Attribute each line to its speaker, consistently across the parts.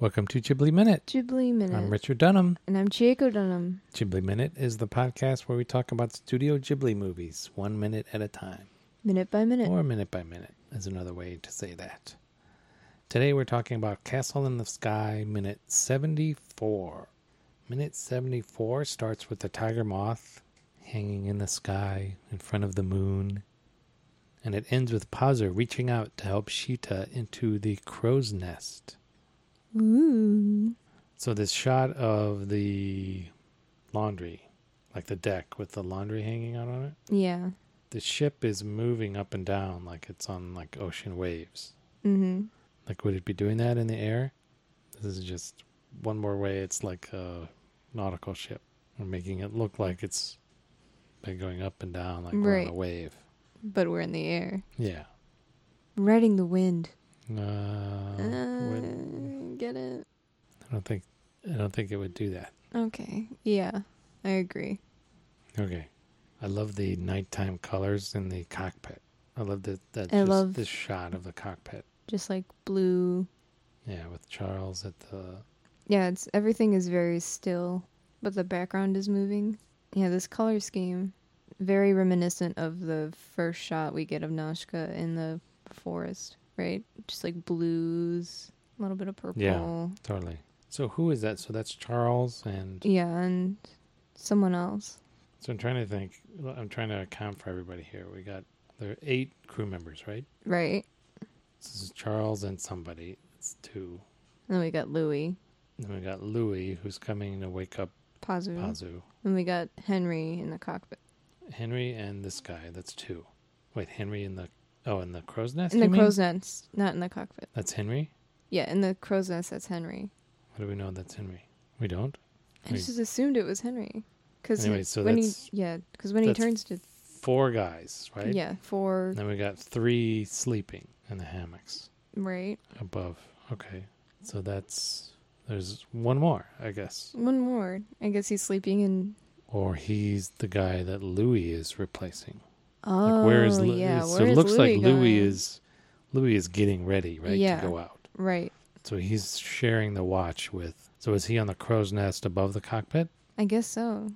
Speaker 1: Welcome to Ghibli Minute.
Speaker 2: Ghibli Minute.
Speaker 1: I'm Richard Dunham.
Speaker 2: And I'm Chieko Dunham.
Speaker 1: Ghibli Minute is the podcast where we talk about Studio Ghibli movies one minute at a time,
Speaker 2: Minute by minute.
Speaker 1: or minute by minute is another way to say that. Today we're talking about Castle in the Sky, minute 74. Minute 74 starts with the tiger moth hanging in the sky in front of the moon, and it ends with Pazer reaching out to help Shita into the crow's nest.
Speaker 2: Ooh.
Speaker 1: So this shot of the laundry, like the deck with the laundry hanging out on it,
Speaker 2: Yeah.
Speaker 1: the ship is moving up and down like it's on like ocean waves.
Speaker 2: Mm-hmm.
Speaker 1: Like would it be doing that in the air? This is just one more way it's like a nautical ship. We're making it look like it's been going up and down like we're on a
Speaker 2: Right.
Speaker 1: wave.
Speaker 2: But we're in the air.
Speaker 1: Yeah.
Speaker 2: Riding the wind.
Speaker 1: Uh, would-
Speaker 2: Uh, get it?
Speaker 1: I don't think I don't think it would do that.
Speaker 2: Okay. Yeah. I agree.
Speaker 1: Okay. I love the nighttime colors in the cockpit. I love that that's
Speaker 2: I
Speaker 1: just
Speaker 2: love-
Speaker 1: this shot of the cockpit.
Speaker 2: Just like blue.
Speaker 1: Yeah, with Charles at the
Speaker 2: Yeah, it's everything is very still, but the background is moving. Yeah, this color scheme very reminiscent of the first shot we get of Nashka in the forest, right? Just like blues, a little bit of purple.
Speaker 1: totally. So who is that? So that's Charles and
Speaker 2: Yeah, and someone else.
Speaker 1: so I'm trying to think I'm trying to account for everybody here. We got there are eight crew members, right?
Speaker 2: Right.
Speaker 1: This is Charles and somebody. It's two.
Speaker 2: And then we got Louis,
Speaker 1: Then we got Louis who's coming to wake up
Speaker 2: Pazu.
Speaker 1: Pazu.
Speaker 2: And we got Henry in the cockpit.
Speaker 1: Henry and this guy, that's two. Wait, Henry in the oh in the crow's nest?
Speaker 2: in the
Speaker 1: you mean?
Speaker 2: crow's nest, not in the cockpit.
Speaker 1: That's Henry?
Speaker 2: Yeah, in the crow's nest, that's Henry.
Speaker 1: What do we know that's Henry? We don't?
Speaker 2: I
Speaker 1: Wait.
Speaker 2: just assumed it was Henry. Because
Speaker 1: Anyway, so
Speaker 2: when he,
Speaker 1: that's-
Speaker 2: yeah, because when he
Speaker 1: that's
Speaker 2: turns to,
Speaker 1: Four guys, right?
Speaker 2: yeah, four,
Speaker 1: And then we got three sleeping in the hammocks
Speaker 2: right?
Speaker 1: above. Okay. So that's there's one more, I guess.
Speaker 2: One more. I guess he's sleeping in.
Speaker 1: Or he's the guy that Louis is replacing.
Speaker 2: Oh,
Speaker 1: where is Lou-
Speaker 2: yeah.
Speaker 1: So
Speaker 2: where
Speaker 1: it
Speaker 2: is
Speaker 1: looks
Speaker 2: Louis
Speaker 1: like
Speaker 2: going?
Speaker 1: Louis is Louis is getting ready, right,
Speaker 2: Yeah.
Speaker 1: to go out.
Speaker 2: Right.
Speaker 1: So he's sharing the watch with. So is he on the crow's nest above the cockpit?
Speaker 2: I guess so.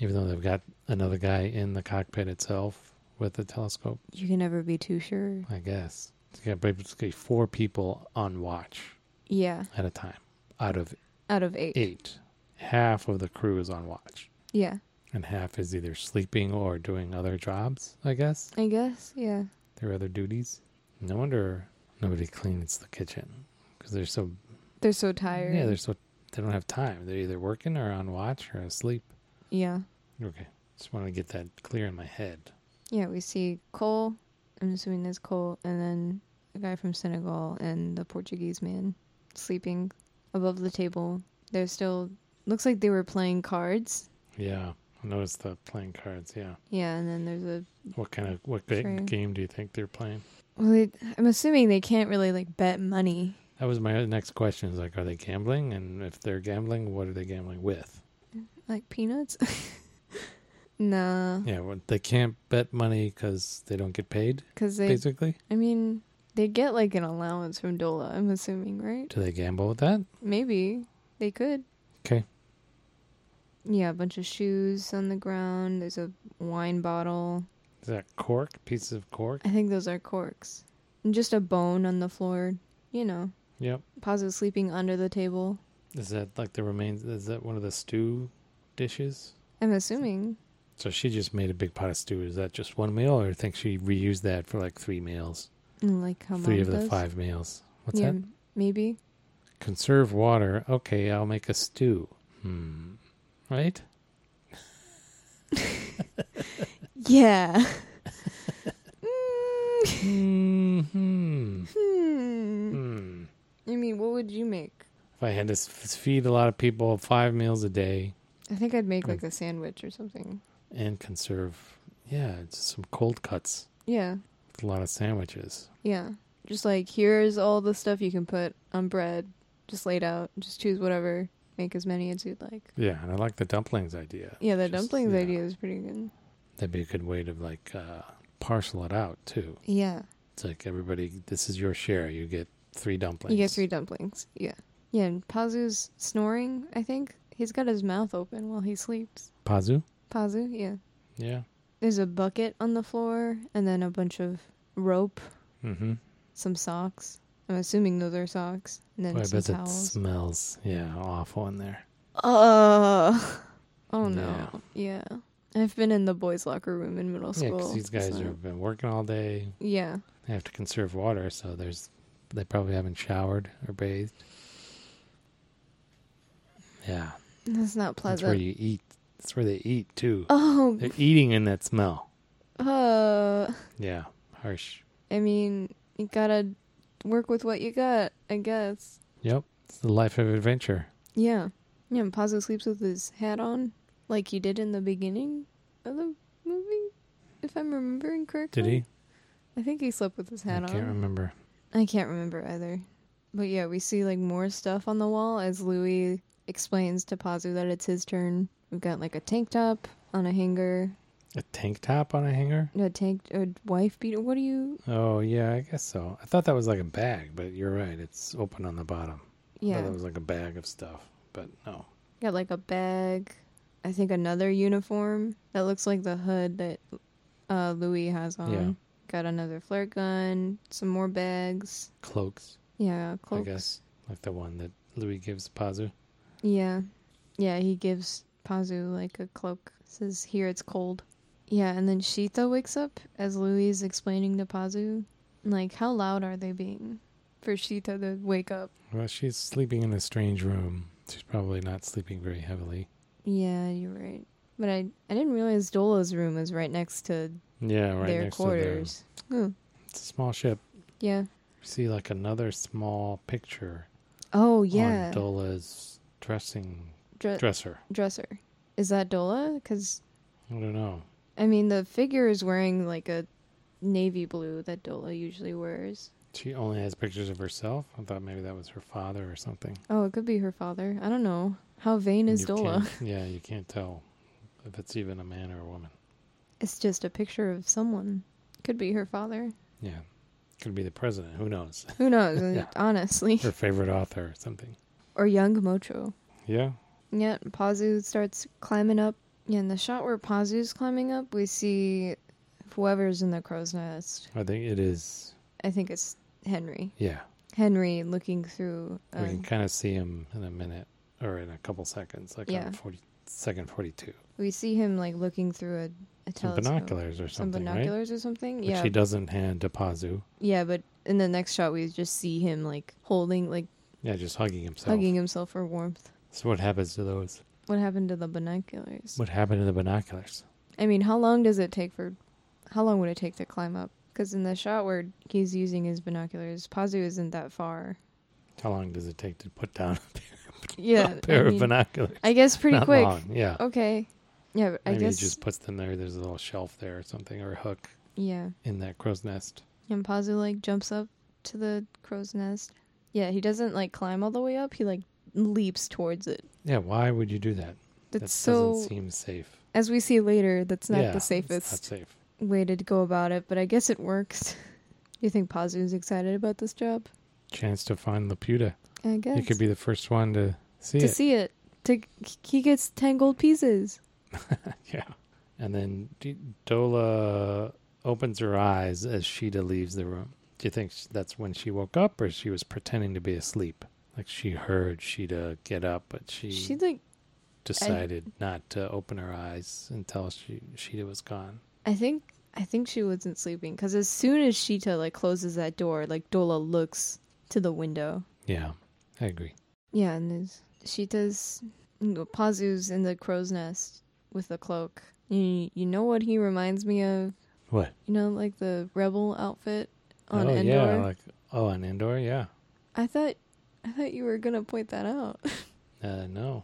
Speaker 1: Even though they've got another guy in the cockpit itself with the telescope.
Speaker 2: You can never be too sure.
Speaker 1: I guess. It's got basically four people on watch
Speaker 2: Yeah.
Speaker 1: at a time out of
Speaker 2: Out of eight.
Speaker 1: eight. Half of the crew is on watch,
Speaker 2: Yeah.
Speaker 1: and half is either sleeping or doing other jobs, I guess,
Speaker 2: I guess. Yeah.
Speaker 1: their other duties. No wonder nobody cleans the kitchen because they're so,
Speaker 2: They're so tired.
Speaker 1: yeah, they're so, they don't have time. They're either working or on watch or asleep.
Speaker 2: Yeah.
Speaker 1: Okay. Just wanted to get that clear in my head.
Speaker 2: Yeah, we see Cole. I'm assuming that's Cole, and then the guy from Senegal and the Portuguese man sleeping above the table. They're still looks like they were playing cards.
Speaker 1: Yeah. I noticed the playing cards. Yeah.
Speaker 2: Yeah, and then there's a
Speaker 1: What kind of, what ga-
Speaker 2: Sure.
Speaker 1: game do you think they're playing?
Speaker 2: well, they, I'm assuming they can't really like bet money.
Speaker 1: That was my next question. Is like, are they gambling? And if they're gambling, what are they gambling with?
Speaker 2: Like peanuts? nah,
Speaker 1: Yeah, well, they can't bet money because they don't get paid.
Speaker 2: cuz they
Speaker 1: basically,
Speaker 2: I mean, they get like an allowance from Dola, I'm assuming, right?
Speaker 1: do they gamble with that?
Speaker 2: Maybe they could.
Speaker 1: 'Kay.
Speaker 2: Yeah, a bunch of shoes on the ground. There's a wine bottle.
Speaker 1: Is that cork? Pieces of cork?
Speaker 2: I think those are corks. And just a bone on the floor. You know,
Speaker 1: Yep.
Speaker 2: Pazu's sleeping under the table.
Speaker 1: Is that like the remains? Is that one of the stew dishes?
Speaker 2: I'm assuming.
Speaker 1: So she just made a big pot of stew. Is that just one meal, or think she reused that for like three meals,
Speaker 2: And, Like how
Speaker 1: three
Speaker 2: mom
Speaker 1: of the
Speaker 2: does.
Speaker 1: five meals? What's
Speaker 2: yeah,
Speaker 1: that?
Speaker 2: maybe.
Speaker 1: Conserve water. Okay, I'll make a stew. Hmm. Right.
Speaker 2: Yeah. Mm,
Speaker 1: hmm.
Speaker 2: hmm.
Speaker 1: Hmm.
Speaker 2: I mean, what would you make?
Speaker 1: If I had to s- feed a lot of people five meals a day
Speaker 2: I think I'd make
Speaker 1: Like-
Speaker 2: like a sandwich or something.
Speaker 1: and conserve, yeah, just some cold cuts
Speaker 2: Yeah.
Speaker 1: with a lot of sandwiches.
Speaker 2: Yeah. Just like here's all the stuff you can put on bread, just laid out. Just choose whatever, make as many as you'd like.
Speaker 1: Yeah, and I like the dumplings idea.
Speaker 2: Yeah, the
Speaker 1: Just-
Speaker 2: dumplings
Speaker 1: yeah.
Speaker 2: idea is pretty good.
Speaker 1: That'd be a good way to like uh, parcel it out too.
Speaker 2: Yeah.
Speaker 1: It's like everybody, this is your share. You get three dumplings.
Speaker 2: You get three dumplings. Yeah. Yeah, and Pazu's snoring, I think. He's got his mouth open while he sleeps.
Speaker 1: Pazu?
Speaker 2: Pazu, yeah.
Speaker 1: Yeah.
Speaker 2: There's a bucket on the floor and then a bunch of rope,
Speaker 1: Mm-hmm.
Speaker 2: some socks. I'm assuming those are socks. And then
Speaker 1: Boy, I
Speaker 2: some
Speaker 1: bet it
Speaker 2: towels.
Speaker 1: smells, yeah, awful in there.
Speaker 2: Oh. Oh
Speaker 1: Yeah.
Speaker 2: no. Yeah. I've been in the boys' locker room in middle
Speaker 1: Yeah,
Speaker 2: school.
Speaker 1: 'cause these guys
Speaker 2: so-
Speaker 1: have been working all day.
Speaker 2: Yeah.
Speaker 1: They have to conserve water, so there's they probably haven't showered or bathed. Yeah,
Speaker 2: That's not
Speaker 1: that's where
Speaker 2: pleasant.
Speaker 1: you eat. That's where they eat too.
Speaker 2: Oh.
Speaker 1: They're eating in that smell.
Speaker 2: Uh,
Speaker 1: Yeah, harsh.
Speaker 2: I mean, you gotta work with what you got, I guess.
Speaker 1: Yep, it's the life of adventure.
Speaker 2: Yeah. Yeah, and Pazu sleeps with his hat on, like he did in the beginning of the movie, if I'm remembering correctly.
Speaker 1: Did he?
Speaker 2: I think he slept with his
Speaker 1: I
Speaker 2: hat
Speaker 1: can't
Speaker 2: on.
Speaker 1: remember.
Speaker 2: I can't remember either. But yeah, we see like more stuff on the wall as Louis explains to Pazu that it's his turn. We've got like a tank top on a hanger,
Speaker 1: A tank top on a hanger?
Speaker 2: a tank, a wife beater. What do you?
Speaker 1: Oh yeah, I guess so. I thought that was like a bag, but you're right. It's open on the bottom. I thought
Speaker 2: Yeah,
Speaker 1: that was like a bag of stuff, but no.
Speaker 2: got like a bag. I think another uniform that looks like the hood that uh, Louis has on.
Speaker 1: Yeah.
Speaker 2: Got another flare gun, some more bags.
Speaker 1: Cloaks,
Speaker 2: Yeah,
Speaker 1: I
Speaker 2: cloaks.
Speaker 1: guess, like the one that Louis gives Pazu.
Speaker 2: Yeah. Yeah, he gives Pazu like a cloak. Says, Here it's cold. Yeah, and then Shita wakes up as Louis is explaining to Pazu, like, how loud are they being for Shita to wake up?
Speaker 1: Well, she's sleeping in a strange room. She's probably not sleeping very heavily.
Speaker 2: Yeah, you're right. But I, I didn't realize Dola's room is right next to
Speaker 1: Yeah, right
Speaker 2: their
Speaker 1: next to
Speaker 2: quarters. Huh.
Speaker 1: the. It's a small ship.
Speaker 2: Yeah.
Speaker 1: We see like another small picture
Speaker 2: Oh,
Speaker 1: on
Speaker 2: yeah.
Speaker 1: Dola's dressing
Speaker 2: Dre-
Speaker 1: dresser.
Speaker 2: dresser. Is that Dola? Because,
Speaker 1: I don't know.
Speaker 2: I mean, the figure is wearing like a navy blue that Dola usually wears.
Speaker 1: She only has pictures of herself. I thought maybe that was her father or something.
Speaker 2: Oh, it could be her father. I don't know. How vain is
Speaker 1: You
Speaker 2: Dola?
Speaker 1: can't- Yeah, you can't tell if it's even a man or a woman.
Speaker 2: It's just a picture of someone. Could be her father.
Speaker 1: Yeah. Could be the president. Who knows?
Speaker 2: Who knows?
Speaker 1: Yeah.
Speaker 2: Honestly.
Speaker 1: her favorite author or something.
Speaker 2: Or young Mocho.
Speaker 1: Yeah.
Speaker 2: Yeah, Pazu starts climbing up. Yeah, in the shot where Pazu's climbing up, we see whoever's in the crow's nest.
Speaker 1: I think it is.
Speaker 2: I think it's Henry.
Speaker 1: Yeah.
Speaker 2: Henry looking through. Uh,
Speaker 1: we can kind of see him in a minute or in a couple seconds, like
Speaker 2: Yeah.
Speaker 1: on 40, second 42.
Speaker 2: we see him like looking through a, a
Speaker 1: Some
Speaker 2: telescope.
Speaker 1: binoculars or
Speaker 2: Some
Speaker 1: something, right?
Speaker 2: binoculars or something.
Speaker 1: Which
Speaker 2: yeah,
Speaker 1: he doesn't hand to Pazu.
Speaker 2: yeah, but in the next shot, we just see him like holding, like
Speaker 1: Yeah, just hugging himself.
Speaker 2: hugging himself for warmth.
Speaker 1: So what happens to those?
Speaker 2: What happened to the binoculars?
Speaker 1: What happened to the binoculars?
Speaker 2: I mean, how long does it take for. How long would it take to climb up? Because in the shot where he's using his binoculars, Pazu isn't that far.
Speaker 1: How long does it take to put down
Speaker 2: Yeah.
Speaker 1: a pair
Speaker 2: I,
Speaker 1: of
Speaker 2: mean,
Speaker 1: binoculars?
Speaker 2: I guess pretty
Speaker 1: Not
Speaker 2: quick.
Speaker 1: long, yeah.
Speaker 2: Okay. Yeah, but I
Speaker 1: Maybe
Speaker 2: guess.
Speaker 1: he just puts them there. There's a little shelf there or something or a hook
Speaker 2: Yeah.
Speaker 1: in that crow's nest.
Speaker 2: And Pazu, like, jumps up to the crow's nest. Yeah, he doesn't, like, climb all the way up. He, like, leaps towards it.
Speaker 1: Yeah, why would you do that?
Speaker 2: That's
Speaker 1: that
Speaker 2: so.
Speaker 1: doesn't seem safe.
Speaker 2: as we see later, that's not
Speaker 1: Yeah,
Speaker 2: the
Speaker 1: it's
Speaker 2: safest
Speaker 1: not safe.
Speaker 2: way to go about it, but I guess it works. you think Pazu's excited about this job?
Speaker 1: Chance to find Laputa.
Speaker 2: I guess.
Speaker 1: You could be the first one to see
Speaker 2: to
Speaker 1: it.
Speaker 2: see it. To he gets ten gold pieces.
Speaker 1: Yeah. And then D- Dola opens her eyes as Sheeta leaves the room. Do you think sh- that's when she woke up or she was pretending to be asleep? Like she heard Sheeta get up, but she,
Speaker 2: She like
Speaker 1: decided not to open her eyes until she Sheeta was gone.
Speaker 2: I think I think she wasn't sleeping because as soon as Shita like closes that door, like Dola looks to the window.
Speaker 1: Yeah, I agree.
Speaker 2: Yeah, and there's Shita's no, Pazu's in the crow's nest with the cloak. You you know what he reminds me of?
Speaker 1: What?
Speaker 2: You know, like the rebel outfit on
Speaker 1: oh
Speaker 2: Endor.
Speaker 1: yeah, like oh on Endor, yeah.
Speaker 2: I thought I thought you were gonna point that out.
Speaker 1: Uh, no,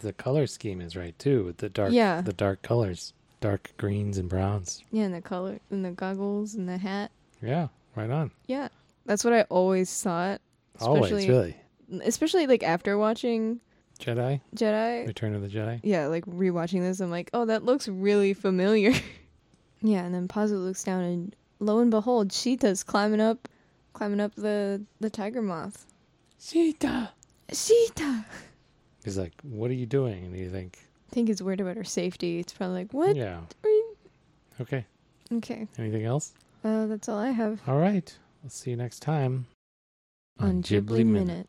Speaker 1: the color scheme is right too with the dark
Speaker 2: Yeah.
Speaker 1: the dark colors, dark greens and browns.
Speaker 2: yeah, and the color, and the goggles, and the hat.
Speaker 1: Yeah, right on.
Speaker 2: Yeah, that's what I always thought.
Speaker 1: Always
Speaker 2: Especially-
Speaker 1: really
Speaker 2: especially like after watching
Speaker 1: Jedi.
Speaker 2: Jedi.
Speaker 1: Return of the Jedi.
Speaker 2: Yeah, like rewatching this, I'm like, oh, that looks really familiar. yeah, and then Pazu looks down, and lo and behold, Sheeta's climbing up, climbing up the the tiger moth.
Speaker 1: Sita.
Speaker 2: Sheeta!
Speaker 1: He's like, "What are you doing?" And you think,
Speaker 2: I think he's worried about her safety. It's probably like, what?
Speaker 1: "Yeah,
Speaker 2: are you-
Speaker 1: okay."
Speaker 2: Okay.
Speaker 1: Anything else?
Speaker 2: Uh, that's all I have
Speaker 1: All right. We'll see you next time
Speaker 2: on Ghibli Minute.